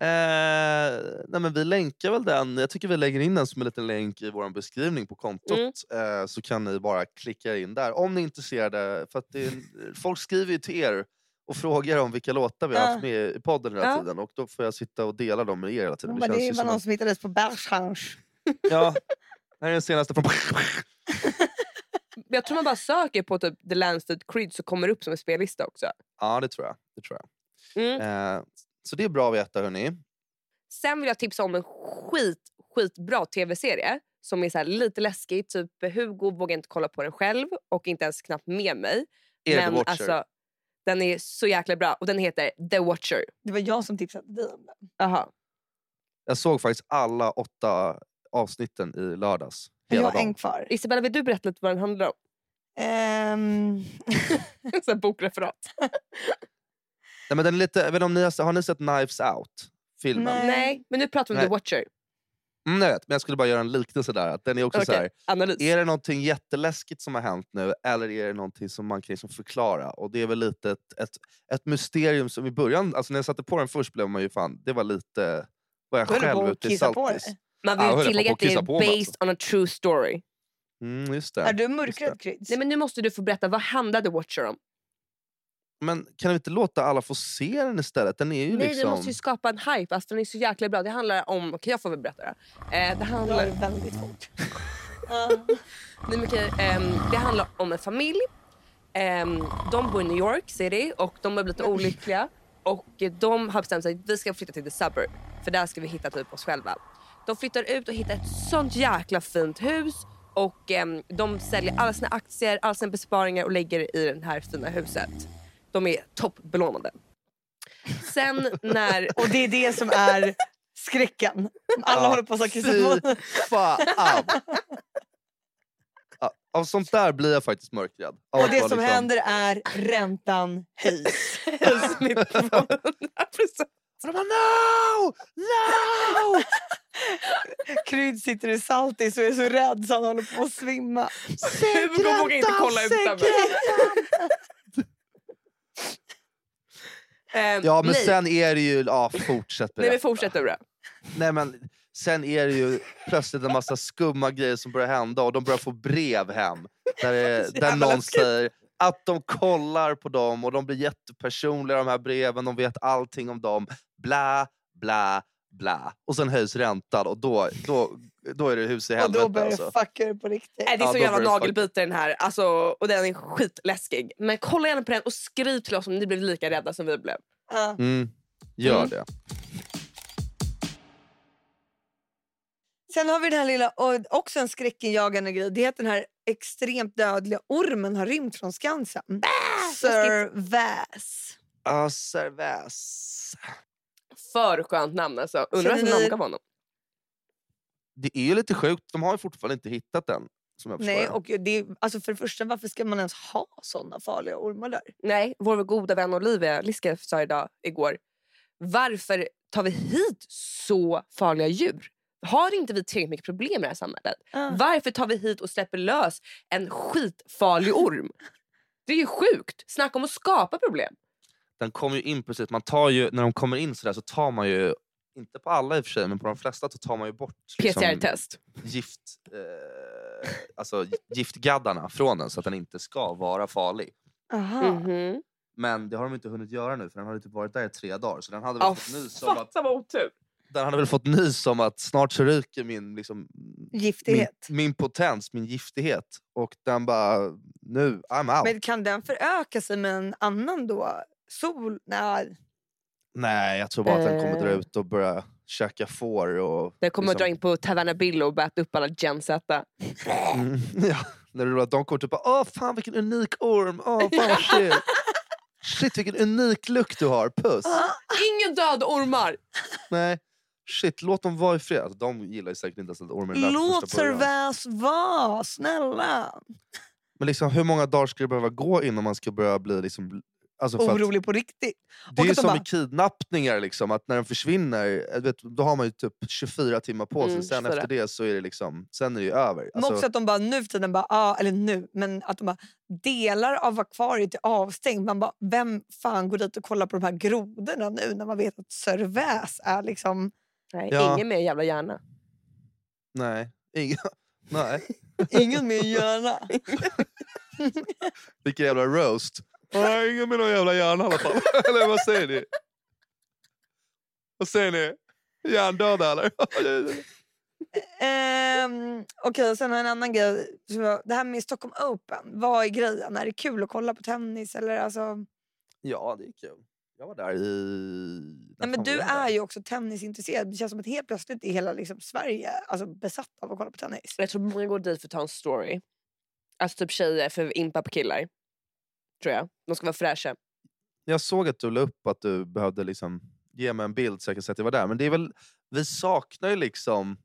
S1: Eh, nej men vi länkar väl den. Jag tycker vi lägger in den som en liten länk i vår beskrivning på kontot.
S3: Mm.
S1: Eh, så kan ni bara klicka in där om ni är intresserade. För att det är, folk skriver ju till er och frågar om vilka låtar vi har haft
S3: Ah.
S1: med i podden hela
S2: Ja.
S1: tiden. Och då får jag sitta och dela dem med er hela tiden.
S3: Hon bara,
S1: känns
S3: det
S1: ju
S3: var
S1: som
S3: någon
S1: att-
S3: som hittades på Bershans.
S1: ja, här är den senaste från...
S2: Jag tror man bara söker på typ The Landsfeed Kryds så kommer det upp som en spellista också.
S1: ja, det tror jag. Det tror jag.
S2: Mm.
S1: Eh, så det är bra att veta hörni.
S2: Sen vill jag tipsa om en skit, skitbra tv-serie som är så här lite läskig. Typ Hugo vågar inte kolla på den själv och inte ens knappt med mig. alltså,
S1: Är det The Watcher?
S2: den är så jäkla bra och den heter The Watcher.
S3: Det var jag som tipsade dig om det.
S2: Aha.
S1: Jag såg faktiskt alla åtta avsnitten i lördags.
S3: Jag
S1: Hela
S3: har en
S1: dagen.
S3: kvar.
S2: Isabella, vill du berätta lite vad den handlar om?
S3: Ehm,
S2: så här bokreferat.
S1: Nej, men den är lite, jag vet inte om ni har, har ni sett Knives Out? Filmen?
S3: Nej.
S2: Nej, men nu pratar vi om
S1: Nej.
S2: The Watcher.
S1: Mm, jag vet, men jag skulle bara göra en liknelse där. Att den är också så
S2: Okej.
S1: här,
S2: Analys.
S1: är det någonting jätteläskigt som har hänt nu eller är det någonting som man kan liksom förklara? Och det är väl lite ett, ett, ett mysterium som i början, alltså när jag satte på den först blev man ju fan, det var lite, var jag
S3: Då höll du på
S1: själv
S3: att
S1: ute i
S3: kissa på
S1: Saltis.
S3: dig.
S2: Man
S1: Ja,
S2: vill
S1: jag höll
S2: tillägga
S1: på
S2: att
S1: att
S2: det är
S1: kissa på mig,
S2: based
S1: alltså.
S2: on a true story.
S1: Mm, just
S3: Är
S1: det.
S3: du
S1: Just
S3: mörkret Kryds?
S2: Nej, men nu måste du få berätta, vad handlade Watcher om?
S1: Men kan vi inte låta alla få se den istället? Den är ju
S2: Nej,
S1: liksom...
S2: du måste ju skapa en hype. Alltså, den är så jäkla bra. Det handlar om... Okej, jag får väl berätta det. här. Eh, det,
S3: Då är
S2: handlar,
S3: det väldigt fort. Ja.
S2: nej, men okej, ehm, det handlar om en familj. Ehm, de bor i New York City och de har blivit olyckliga. Och eh, de har bestämt sig att vi ska flytta till the suburb. För där ska vi hitta typ oss själva. De flyttar ut och hittar ett sånt jäkla fint hus. Och ehm, de säljer alla sina aktier, alla sina besparingar och lägger i det här fina huset. De är toppbelånade. Sen när...
S3: Och det är det som är skräcken. Alla
S1: Ja,
S3: håller på att kissa
S1: fy
S3: på dig.
S1: Fan! Ja, Av sånt där blir jag faktiskt mörkrädd. Av
S3: Och
S1: att
S3: det
S1: vara
S3: som
S1: liksom-
S3: händer är räntan höjs.
S1: Och de bara, no! No!
S3: Kryd sitter i Saltis och är så rädd så han håller på att svimma.
S2: Hugo vågar inte kolla ut Ehm,
S1: Ja men
S2: nej.
S1: sen är det ju, ja fortsätt
S2: nej, men
S1: berätta.
S2: fortsätt du då.
S1: Nej, men sen är det ju plötsligt en massa skumma grejer som börjar hända och de börjar få brev hem. Där, det, där
S3: jävla
S1: någon
S3: läskigt.
S1: säger att de kollar på dem och de blir jättepersonliga de här breven, de vet allting om dem. Bla, bla, bla. Och sen höjs räntan och då, då, då är det hus i
S3: Och då
S1: helvete
S3: börjar
S1: alltså.
S3: det fucka ur på riktigt.
S2: Nej, Äh, det
S1: Ja,
S2: är så
S1: då
S2: jävla
S1: blir det fuck.
S2: nagelbitare den här. Alltså, och den är skitläskig. Men kolla gärna på den och skriv till oss om ni blev lika rädda som vi blev.
S3: Ja.
S1: Mm, gör
S2: Mm.
S1: det.
S3: Sen har vi den här lilla, och också en skräckinjagande grej. Det är att den här extremt dödliga ormen har rymt från Skansen. Sir Vass.
S1: Ah, serväs.
S2: För skönt namn alltså. Undrar vem
S3: Känner
S2: som
S3: ni-
S2: namngav honom.
S1: Det är ju lite sjukt, de har ju fortfarande inte hittat den. Som jag förstår
S3: Nej,
S1: det.
S3: och det, är- alltså för det första, varför ska man ens ha såna farliga ormar där?
S2: Nej, vår goda vän Olivia Liske sa idag, igår. Varför tar vi hit så farliga djur? Har inte vi tillräckligt mycket problem i det här samhället?
S1: Ah.
S2: Varför tar vi hit och släpper lös en skitfarlig orm? Det är ju sjukt! Snacka om att skapa problem.
S1: den kommer ju in precis, man tar ju, när de kommer in sådär så tar man ju, inte på alla i och för sig, men på de flesta så tar man ju bort liksom
S2: PCR-test.
S1: gift, eh, alltså giftgaddarna från den så att den inte ska vara farlig.
S3: Aha.
S1: Ah. Mm.
S2: Mhm.
S1: Men det har de inte hunnit göra nu för den har ju typ varit där i tre dagar så den hade väl,
S2: Ja,
S1: fått, nys om att,
S2: fatta Ah, vad otur!
S1: den hade väl fått nys om att snart så ryker min, liksom, min,
S3: Giftighet.
S1: min potens, min giftighet. Och den bara, nu, I'm out.
S3: Men kan den föröka sig med en annan då? Sol? Nej.
S1: Nej, jag tror bara att den kommer dra
S2: Eh.
S1: ut och börja käka får och
S2: Den kommer att dra
S1: Liksom-
S2: in på Taverna Bill och bäta upp alla gensätta.
S1: Mm, ja. När du rullar de kortet bara åh fan vilken unik orm, åh fan vad chill. Shit vilken unik lukt du har, puss.
S2: Ingen död ormar!
S1: Nej, shit låt dem vara i fred. Alltså, de gillar ju säkert inte ens att ormen är där från
S3: Låt
S1: första
S3: Sir
S1: början.
S3: Vass vara, snälla.
S1: Men liksom, hur många dagar ska det behöva gå innan man ska börja bli liksom, alltså, för att-
S3: Orolig på riktigt.
S1: Det är
S3: Och
S1: ju
S3: att de
S1: som
S3: bara-
S1: med kidnappningar, liksom, att när den försvinner eh, vet, då har man ju typ 24 timmar på sig.
S2: Mm,
S1: sen
S2: 24.
S1: efter det så är det liksom, sen är det ju över.
S3: Men också
S1: Alltså,
S3: att de bara nu för tiden bara, ah, eller nu, men att de bara delar av akvariet är avstängt. Man bara, vem fan går dit och kollar på de här grodorna nu när man vet att Sir Vass är liksom
S2: Nej,
S1: Ja.
S2: Ingen mer jävla hjärna.
S1: nej, inga, nej.
S3: ingen mer hjärna.
S1: Vilken jävla roast. Nej, ingen med någon jävla hjärna i alla fall. eller vad säger ni? Vad säger ni? Hjärndöda eller?
S3: Ehm, Okej, och sen har jag en annan grej. som var- Det här med Stockholm Open, vad är grejen? Är det kul att kolla på tennis? Eller alltså...
S1: ja, det är kul. Jag var där i...
S3: Nej, men du är ju också tennisintresserad. Det känns som att helt plötsligt är hela liksom, Sverige alltså, besatt av att kolla på tennis.
S2: Jag tror många går dit för att ta en story. Alltså typ tjejer för impa på killar. Tror jag. De ska vara fräscha.
S1: Jag såg att du la upp att du behövde liksom ge mig en bild så jag kan se att jag var där. Men det är väl... vi saknar ju liksom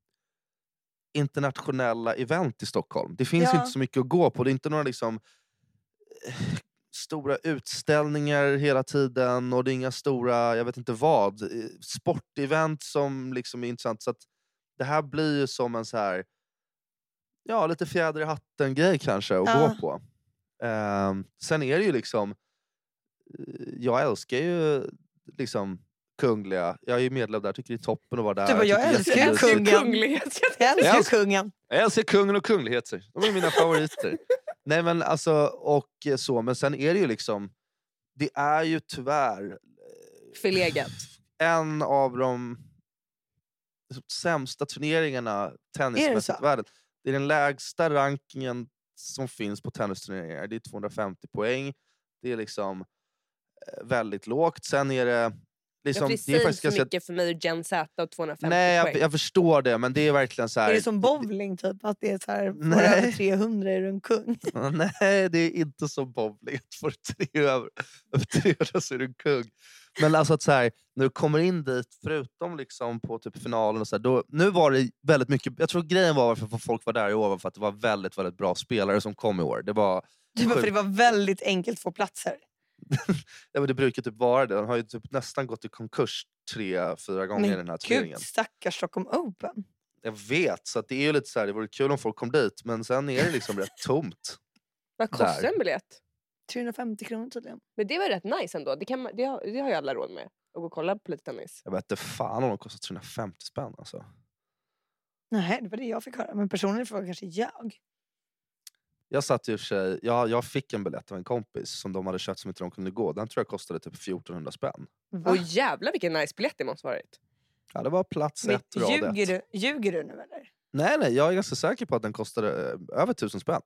S1: internationella event i Stockholm. Det finns ju
S3: Ja.
S1: inte så mycket att gå på. Det är inte några liksom eh, stora utställningar hela tiden och det är inga stora, jag vet inte vad, eh, sportevent som liksom är intressant. Så att det här blir ju som en så här, ja lite fjäder i hatten-grej kanske att
S3: Ja.
S1: gå på. Ehm, sen är det ju liksom, eh, jag älskar ju liksom Kungliga. Jag är ju medlem där, tycker det är toppen att vara där.
S3: Du bara, "Jag
S1: tycker det är
S3: älskar ju
S1: jättemysigt."
S3: Kung- Kungen.
S2: Alltså, Kunglighet.
S3: Jag älskar
S1: älskar-
S3: kungen.
S1: Jag älskar kungen och kungligheter. De är mina favoriter. Nej men alltså, och eh, så. Men sen är det ju liksom, det är ju tyvärr eh,
S2: Förlegat.
S1: en av de typ sämsta turneringarna tennismässigt
S3: så?
S1: i världen. Det är den lägsta rankingen som finns på tennisturneringar. Det är 250 poäng. Det är liksom eh, väldigt lågt. Sen är det... Liksom,
S2: jag
S1: det är
S2: precis
S1: faktiskt
S2: för
S1: ganska...
S2: mycket för mig och Gen Z och 250
S1: Nej, jag,
S2: poäng.
S1: jag förstår det, men det är verkligen så här...
S3: Är det som bowling typ? Att det är så här, får
S1: Nej.
S3: över 300 är du en kung.
S1: Ja, Nej, det är inte som bowling. Att Får du tre över, över 300 så är du en kung. Men alltså att så här, när du kommer in dit, förutom liksom på typ finalen, och så här, då, nu var det väldigt mycket... Jag tror grejen var varför folk var där i år var för att det var väldigt, väldigt bra spelare som kom i år. Det, var,
S3: Du bara, Typ, för det
S1: Sjukt.
S3: var väldigt enkelt att få platser.
S1: ja, men det brukar typ vara det. De har ju typ nästan gått i konkurs tre, fyra gånger i den här turneringen.
S3: Gud, stackars Stockholm Open.
S1: Jag vet, så att det är ju lite så här, det vore kul om folk kom dit, men sen är det liksom rätt tomt.
S2: Vad kostar
S1: Där.
S2: en biljett?
S3: 350 kronor tydligen.
S2: Men det var rätt nice ändå. Det, kan man, det, har, det har ju alla råd med. Att gå och kolla på lite tennis.
S1: Jag vet inte fan om de kostar 350 spänn alltså.
S3: Nej, det var det jag fick höra. Men personen i fråga kanske jag.
S1: Jag satt i och för sig, jag, jag fick en biljett av en kompis som de hade köpt som inte de kunde gå. Den tror jag kostade typ 1400 spänn.
S3: Va?
S2: Och jävlar vilken nice biljett det måste varit.
S1: Ja, det var plats
S3: Men
S1: ett, rad
S3: ljuger,
S1: ett.
S3: du, ljuger du nu eller?
S1: Nej, nej, jag är ganska säker på att den kostade eh, över 1000 spänn.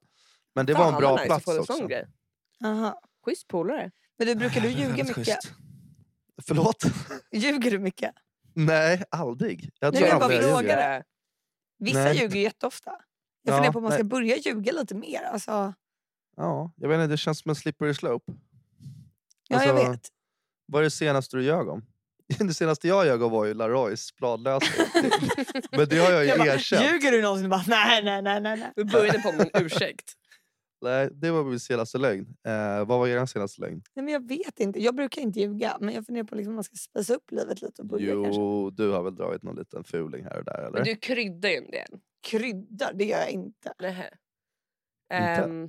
S1: Men det var
S2: Fan,
S1: en
S2: vad
S1: bra
S2: nice att
S1: plats
S2: få en
S1: också.
S2: sån grej.
S3: Aha.
S2: Schysst polare.
S3: Men du, brukar du
S1: Det är
S3: ljuga
S1: väldigt
S3: mycket?
S1: schysst. Förlåt?
S3: Ljuger du mycket?
S1: nej, aldrig. Jag
S3: Nej,
S1: tror
S3: jag bara
S1: aldrig jag
S3: frågar.
S1: ljuger.
S3: det. Vissa
S1: Nej.
S3: ljuger ju jätteofta. Jag
S1: Ja,
S3: funderar på om man ska
S1: nej.
S3: börja ljuga lite mer. Alltså, ja,
S1: Ja, jag vet inte, det känns som en slippery slope.
S3: jag
S1: Alltså,
S3: vet.
S1: Vad är det senaste du ljög om? Det senaste jag ljög om var ju Laroys planlösning. Men det har jag ju
S3: Jag bara,
S1: erkänt.
S3: ljuger du någonsin? Bara, nej, nej, nej, nej, nej.
S2: Vi började på med en ursäkt.
S1: Nej, det var min senaste lögn. Eh, vad var er senaste lögn?
S3: nej. men Jag vet inte. Jag brukar inte ljuga. Men jag funderar på liksom, om man ska spisa upp livet lite och börja kanske.
S1: Jo, du har väl dragit någon liten fuling här och där eller?
S2: Men du kryddar ju en del.
S3: Krydda, det gör jag inte.
S2: Nähä.
S1: Inte?
S2: Ehm,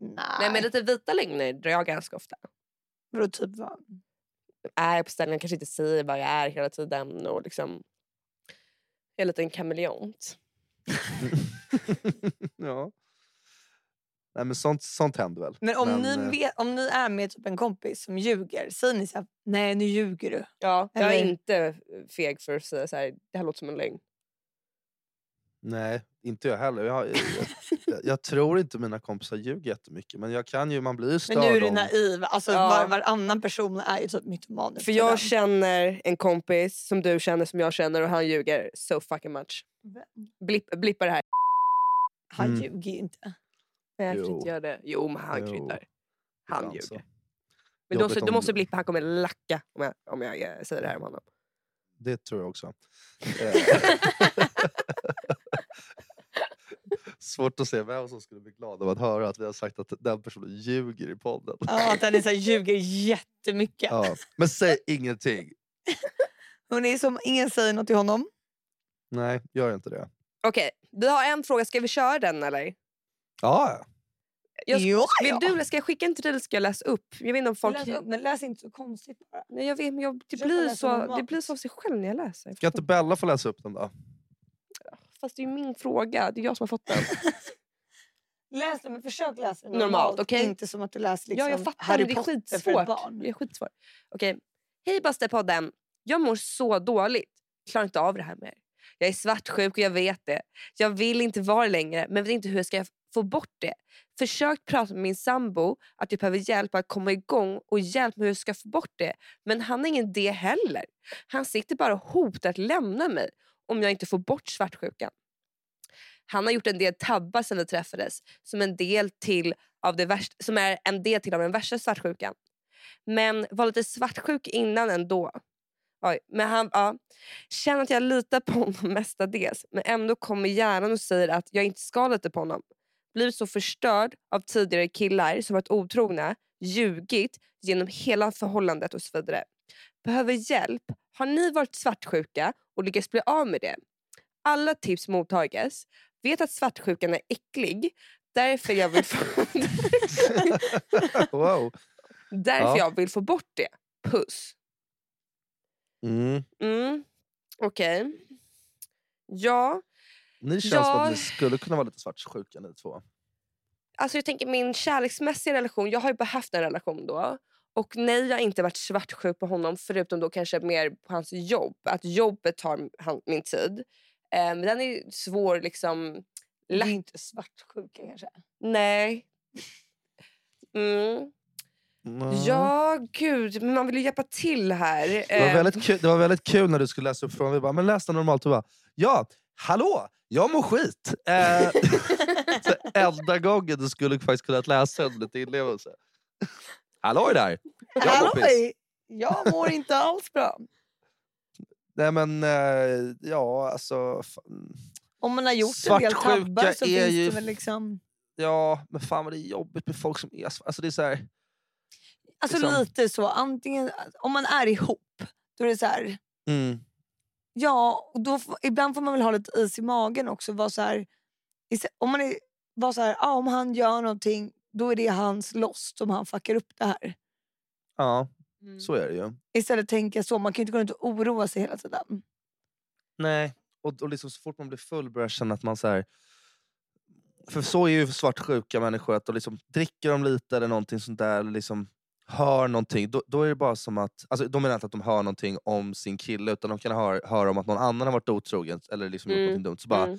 S3: Nej.
S2: nej men lite vita lögner drar jag ganska ofta.
S3: Vadå typ vad?
S2: Är på ställen, jag kanske inte säger vad jag är hela tiden och liksom... Jag är lite en kameleont.
S1: ja. Nej men sånt, sånt händer väl.
S3: Men om,
S1: eh,
S3: ni vet, om ni är med typ en kompis som ljuger, säger ni så här, nej nu ljuger du.
S2: Ja, jag är
S3: Eller-
S2: inte feg för att säga så här, det här låter som en lögn.
S1: Nej, inte jag heller. Jag, jag, jag, jag tror inte mina kompisar ljuger jättemycket. Men jag kan ju, man blir ju
S3: Men
S1: störd
S3: nu är du
S1: om-
S3: naiv. Alltså,
S2: Ja.
S3: var, varannan person är ju typ mytoman. nu
S2: För
S3: för
S2: jag
S3: tiden.
S2: känner en kompis som du känner som jag känner och han ljuger so fucking much. Blipp, blippa det här.
S3: Han
S1: Mm.
S3: ljuger ju inte.
S2: Nej, jag kan
S1: Jo.
S2: inte göra det. Jo, men han
S1: Jo. alltså.
S2: kryddar. Han
S1: Ibland så.
S2: ljuger. Men då,
S1: Jobbigt
S2: så, då
S1: om-
S2: måste blippa, han kommer lacka om jag, om jag eh, säger det här om honom.
S1: Det tror jag också. Eh, Svårt att se vem som skulle bli glad av att höra att vi har sagt att den personen ljuger i podden.
S3: Ja, att han är så här, ljuger jättemycket.
S1: Ja. Men säg ingenting.
S3: Hon är som ingen säger något till honom.
S1: Nej, gör inte det.
S2: Okej, vi har en fråga. Ska vi köra den eller?
S1: Ja, ja.
S2: Jag-
S3: Jo,
S2: Vill
S3: ja.
S2: du eller ska jag skicka en till dig eller ska jag läsa upp? Jag vet inte om folk...
S3: Läs upp, men läs inte så konstigt bara.
S2: Nej, jag vet, men jag, det,
S3: Försök att
S2: blir
S3: läsa
S2: så, det
S3: normalt.
S2: blir så av sig själv när jag läser. Jag
S1: Ska inte
S2: förstår
S1: Bella få läsa upp den då?
S2: inte. Fast det är ju min fråga. Det är jag som har fått den.
S3: Läs det, men försök läsa det
S2: Normalt,
S3: normalt.
S2: okej.
S3: Inte som att du läser liksom,
S2: ja, jag fattar.
S3: Harry
S2: men det är
S3: Potter
S2: skitsvårt.
S3: för ett
S2: Det är
S3: barn.
S2: skitsvårt. Okej. Hej Bastepodden. Jag mår så dåligt. Klarar inte av det här mer. Jag är svartsjuk och jag vet det. Jag vill inte vara det längre men vet inte hur jag ska få bort det. Försökt prata med min sambo att jag behöver hjälp att komma igång och hjälp med hur jag ska få bort det. Men han har ingen det heller. Han sitter bara och hotar att lämna mig om jag inte får bort svartsjukan. Han har gjort en del tabbar sedan vi träffades som en del till av det värst, som är en del till av den värsta svartsjukan. Men var lite svartsjuk innan ändå. Oj, men han, ja. Känner att jag litar på honom mestadels men ändå kommer hjärnan och säger att jag inte ska lita på honom. Blir så förstörd av tidigare killar som varit otrogna, ljugit genom hela förhållandet och så vidare. Behöver hjälp. Har ni varit svartsjuka och lyckas bli av med det. Alla tips mottages. Vet att svartsjukan är äcklig. Därför jag vill få,
S1: wow.
S2: därför
S1: Ja.
S2: jag vill få bort det. Puss.
S1: Mm.
S2: Mm. Okej. Ja,
S1: Ni känns som
S2: Ja.
S1: att ni skulle kunna vara lite svartsjuka ni två.
S2: alltså jag tänker min kärleksmässiga relation, jag har ju bara haft en relation då. Och nej, jag har inte varit svartsjuk på honom förutom då kanske mer på hans jobb. Att jobbet tar han, min tid. Eh, men den är ju svår liksom.
S3: Det är
S2: Lätt.
S3: inte svartsjuka kanske.
S2: Nej. Mm.
S1: Mm.
S2: Ja, gud. Men man vill ju hjälpa till här.
S1: Det var,
S2: Eh,
S1: väldigt kul, det var väldigt kul när du skulle läsa upp frågan. Vi bara, men läs den normalt. Du bara, ja, hallå, jag mår skit. Eh, så enda gången du skulle faktiskt kunnat läsa den med lite inlevelse. Halloj där! Jag mår piss.
S3: Halloj! Jag mår inte alls bra.
S1: Nej men, eh, ja alltså. Fan.
S3: Om man har gjort en
S1: Svartsjuka
S3: del tabbar så
S1: är
S3: finns
S1: ju-
S3: det väl liksom...
S1: Ja, men fan vad det är jobbigt med folk som är så- alltså det är så här,
S3: Alltså
S1: Liksom.
S3: lite så. Antingen, om man är ihop, då är det så här...
S1: mm,
S3: Ja, och då, f- ibland får man väl ha lite is i magen också. Vara så här, istä- om man är, vara så här, ah, om han gör någonting, då är det hans lost om han fuckar upp det här.
S1: Ja, så
S2: Mm.
S1: är det ju.
S3: Istället tänka så. Man kan ju inte gå runt och oroa sig hela tiden.
S1: Nej. Och, och liksom så fort man blir full börjar jag känna att man så här. För så är ju svartsjuka människor, att de liksom dricker de lite eller någonting sånt där, eller liksom hör någonting. Då, då är det bara som att, alltså, de menar inte att de hör någonting om sin kille, utan de kan hör, höra om att någon annan har varit otrogen eller liksom gjort
S2: Mm,
S1: någonting dumt. Så bara,
S2: mm.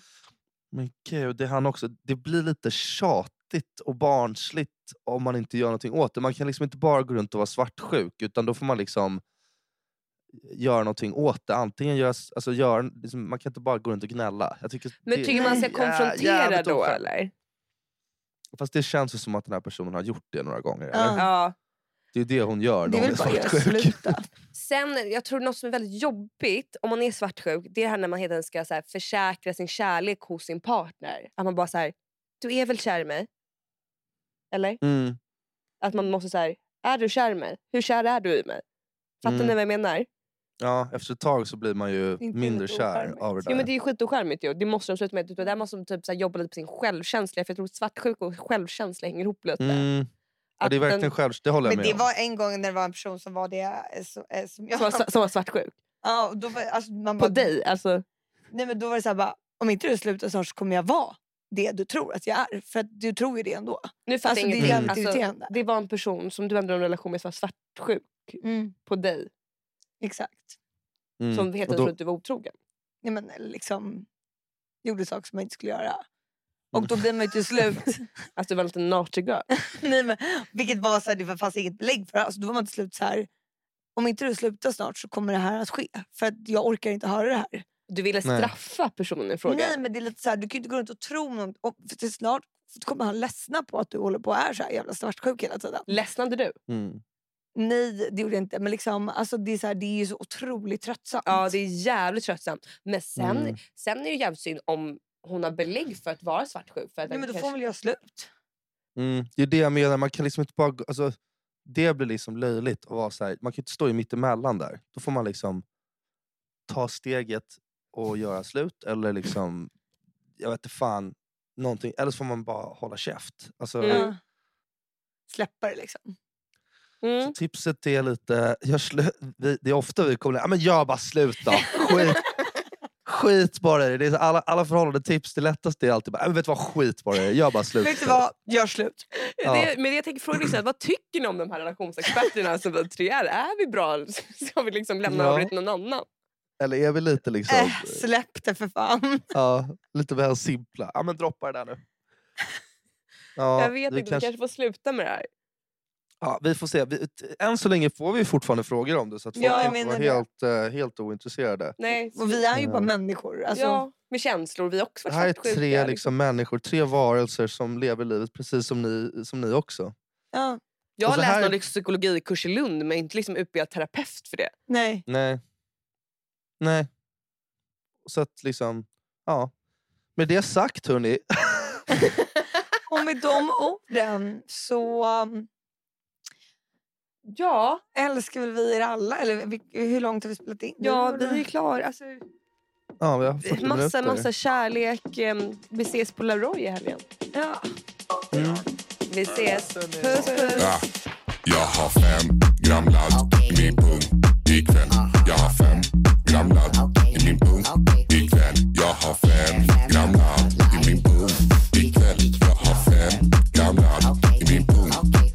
S1: men gud, det är han också. Det blir lite tjatigt och barnsligt om man inte gör någonting åt det. Man kan liksom inte bara gå runt och vara svartsjuk, utan då får man liksom eh, göra någonting åt det. Antingen görs, alltså gör, liksom, man kan inte bara gå runt och gnälla. Jag tycker
S2: Men
S1: det,
S2: tycker man ska
S1: är jä-
S2: konfrontera
S1: jävligt
S2: då
S1: oskönt.
S2: eller?
S1: Fast det känns ju som att den här personen har gjort det några gånger. eller?
S3: Ja.
S2: Ja.
S1: Det är ju det hon gör
S3: Det
S1: när
S3: är
S1: hon
S3: väl
S1: är
S3: bara att
S1: svartsjuk.
S3: sluta.
S2: Sen, jag tror något som är väldigt jobbigt om man är svartsjuk det är det här när man helt enkelt ska så här, försäkra sin kärlek hos sin partner. Att man bara så här, du är väl kär i mig? Eller?
S1: Mm.
S2: Att man måste så här, är du kär i mig? Hur kär är du i mig? Fattar
S1: Mm.
S2: ni vad jag menar?
S1: Ja, efter ett tag så blir man ju
S3: Inte
S1: mindre
S3: lite
S1: kär
S3: ocharmigt.
S1: av det
S2: Jo,
S1: där.
S2: men det är ju skitocharmigt ju. Det måste de sluta med. Utan Där måste de typ så här, jobba lite på sin självkänsla. För jag tror svartsjuka och självkänsla hänger ihop lite.
S1: mm. ja,
S2: Att
S1: det är verkligen
S2: den,
S1: själv, det håller jag
S3: Men
S1: med
S3: det
S1: om.
S3: var en gång när det var en person som var det eh, som, eh, som jag...
S2: som, var, som var svartsjuk.
S3: Ja, och då var, alltså, man
S2: På
S3: bara,
S2: dig alltså.
S3: Nej, men då var det så här, bara, om inte du slutar snart så kommer jag vara det du tror att jag är. För att du tror ju det ändå.
S2: Nu fattar
S3: Alltså,
S2: jag
S3: det är
S2: ingenting.
S3: jävligt
S2: Alltså,
S3: irriterande.
S2: det var en person som du ändå hade en relation med som var svartsjuk
S3: Mm,
S2: på dig.
S3: exakt.
S1: Mm.
S2: som helt
S1: Och
S2: enkelt
S1: då-
S2: trodde att du var otrogen.
S3: Nej, men, eller liksom, gjorde saker som man inte skulle göra. Och
S1: Mm.
S3: då blir man ju till slut...
S2: Att du Alltså, var en liten naughty girl.
S3: Nej, men, vilket var så här, det fanns inget belägg för. Alltså, då var man till slut så här... Om inte du slutar snart så kommer det här att ske. För att jag orkar inte höra det här.
S2: Du ville
S1: Nej.
S2: straffa personen i fråga.
S3: Nej men det är lite så här, du kan ju inte gå runt och tro något. Och, för till snart kommer han ledsna på att du håller på och är så här jävla svartsjuk hela tiden.
S2: Ledsnade du?
S1: Mm.
S3: Nej, det gjorde jag inte. Men liksom, alltså, det, är så här, det är ju så otroligt tröttsamt.
S2: Ja, det är jävligt tröttsamt. Men sen,
S1: Mm.
S2: sen är det ju jävligt synd om hon har belägg för att vara svartsjuk. För att
S3: Nej,
S2: den
S3: men då får
S2: kanske-
S3: man väl göra slut.
S1: Mm, det är det jag menar, man kan liksom inte bara... gå- Alltså, det blir liksom löjligt att vara så här. man kan inte stå i mittemellan där. Då får man liksom ta steget och göra slut eller liksom, jag vet inte fan, någonting. Eller så får man bara hålla käft. Alltså,
S2: Mm.
S3: Ja. Släppa det liksom.
S2: mm.
S1: så tipset är lite, gör slu- vi, det är ofta vi kommer, ja men gör bara slut då. Skit, skit bara i det. det är så, alla, alla förhållandetips, det lättaste är alltid bara, "Ja, men vet du vad, skit bara i det. Gör bara
S2: Mm.
S1: slut.
S3: Vet du vad? Gör slut.
S1: Ja.
S2: Det, men jag tänker fråga liksom, vad tycker ni om de här relationsexperterna som vi tre är? Är vi bra? Ska vi liksom lämna
S1: Ja.
S2: över det till någon annan?
S1: Eller är vi lite liksom...
S3: Äh, släpp det för fan.
S1: Ja, lite väl simpla. Ja, men droppa det där nu. Ja,
S2: jag vet
S1: vi
S2: inte, vi kanske får sluta med det här.
S1: ja, vi får se. Vi, t- än så länge får vi fortfarande frågor om det så att folk
S3: Ja, jag
S1: inte
S3: menar
S1: var
S3: det.
S1: helt, eh, helt ointresserade.
S2: Nej,
S3: Och vi är ju bara
S1: Mm.
S3: människor. Alltså,
S2: ja, med känslor. Vi har också
S1: Det
S2: varit
S1: här är
S2: svartsjuka.
S1: tre
S2: liksom.
S1: liksom, människor, tre varelser som lever livet precis som ni, som ni också.
S3: ja,
S2: Jag
S1: Och
S2: har
S1: så
S2: läst
S1: här-
S2: någon liksom, psykologikurs i Lund men jag är inte liksom utbildad terapeut för det.
S3: nej.
S1: Nej. Nej. Så att liksom, ja. Med det sagt hörni.
S3: Och med de orden så um,
S2: Ja,
S3: älskar väl vi er alla. Eller vi, hur långt har vi spelat in?
S2: ja
S3: Nu?
S2: vi är klara. Alltså,
S1: Ja, vi har 40
S2: Massa,
S1: minuter.
S2: massa kärlek. Em, Vi ses på Laroy i helgen.
S3: Ja.
S1: Mm.
S2: Vi ses.
S3: Puss, puss.
S4: Ja. Jag har fem gram ladd i min pung ikväll. Jag har fem gram ladd i min pung ikväll. Jag har fem gram ladd i min pung ikväll. Jag har fem gram ladd i min pung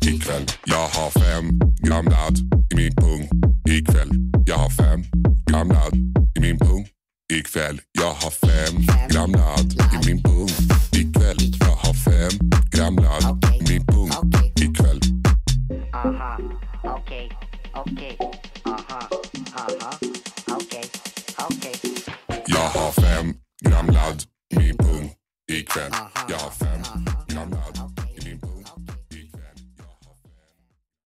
S4: ikväll. Jag har fem gram ladd i min pung ikväll. Jag har fem gram ladd i min pung ikväll. Jag har fem gram ladd i min pung ikväll. Jag har fem gram ladd i min pung ikväll.
S5: Aha, okej, okej, aha, aha, okej, okej.
S4: Jag har fem gram ladd i min pung ikväll. Jag har fem
S5: uh-huh.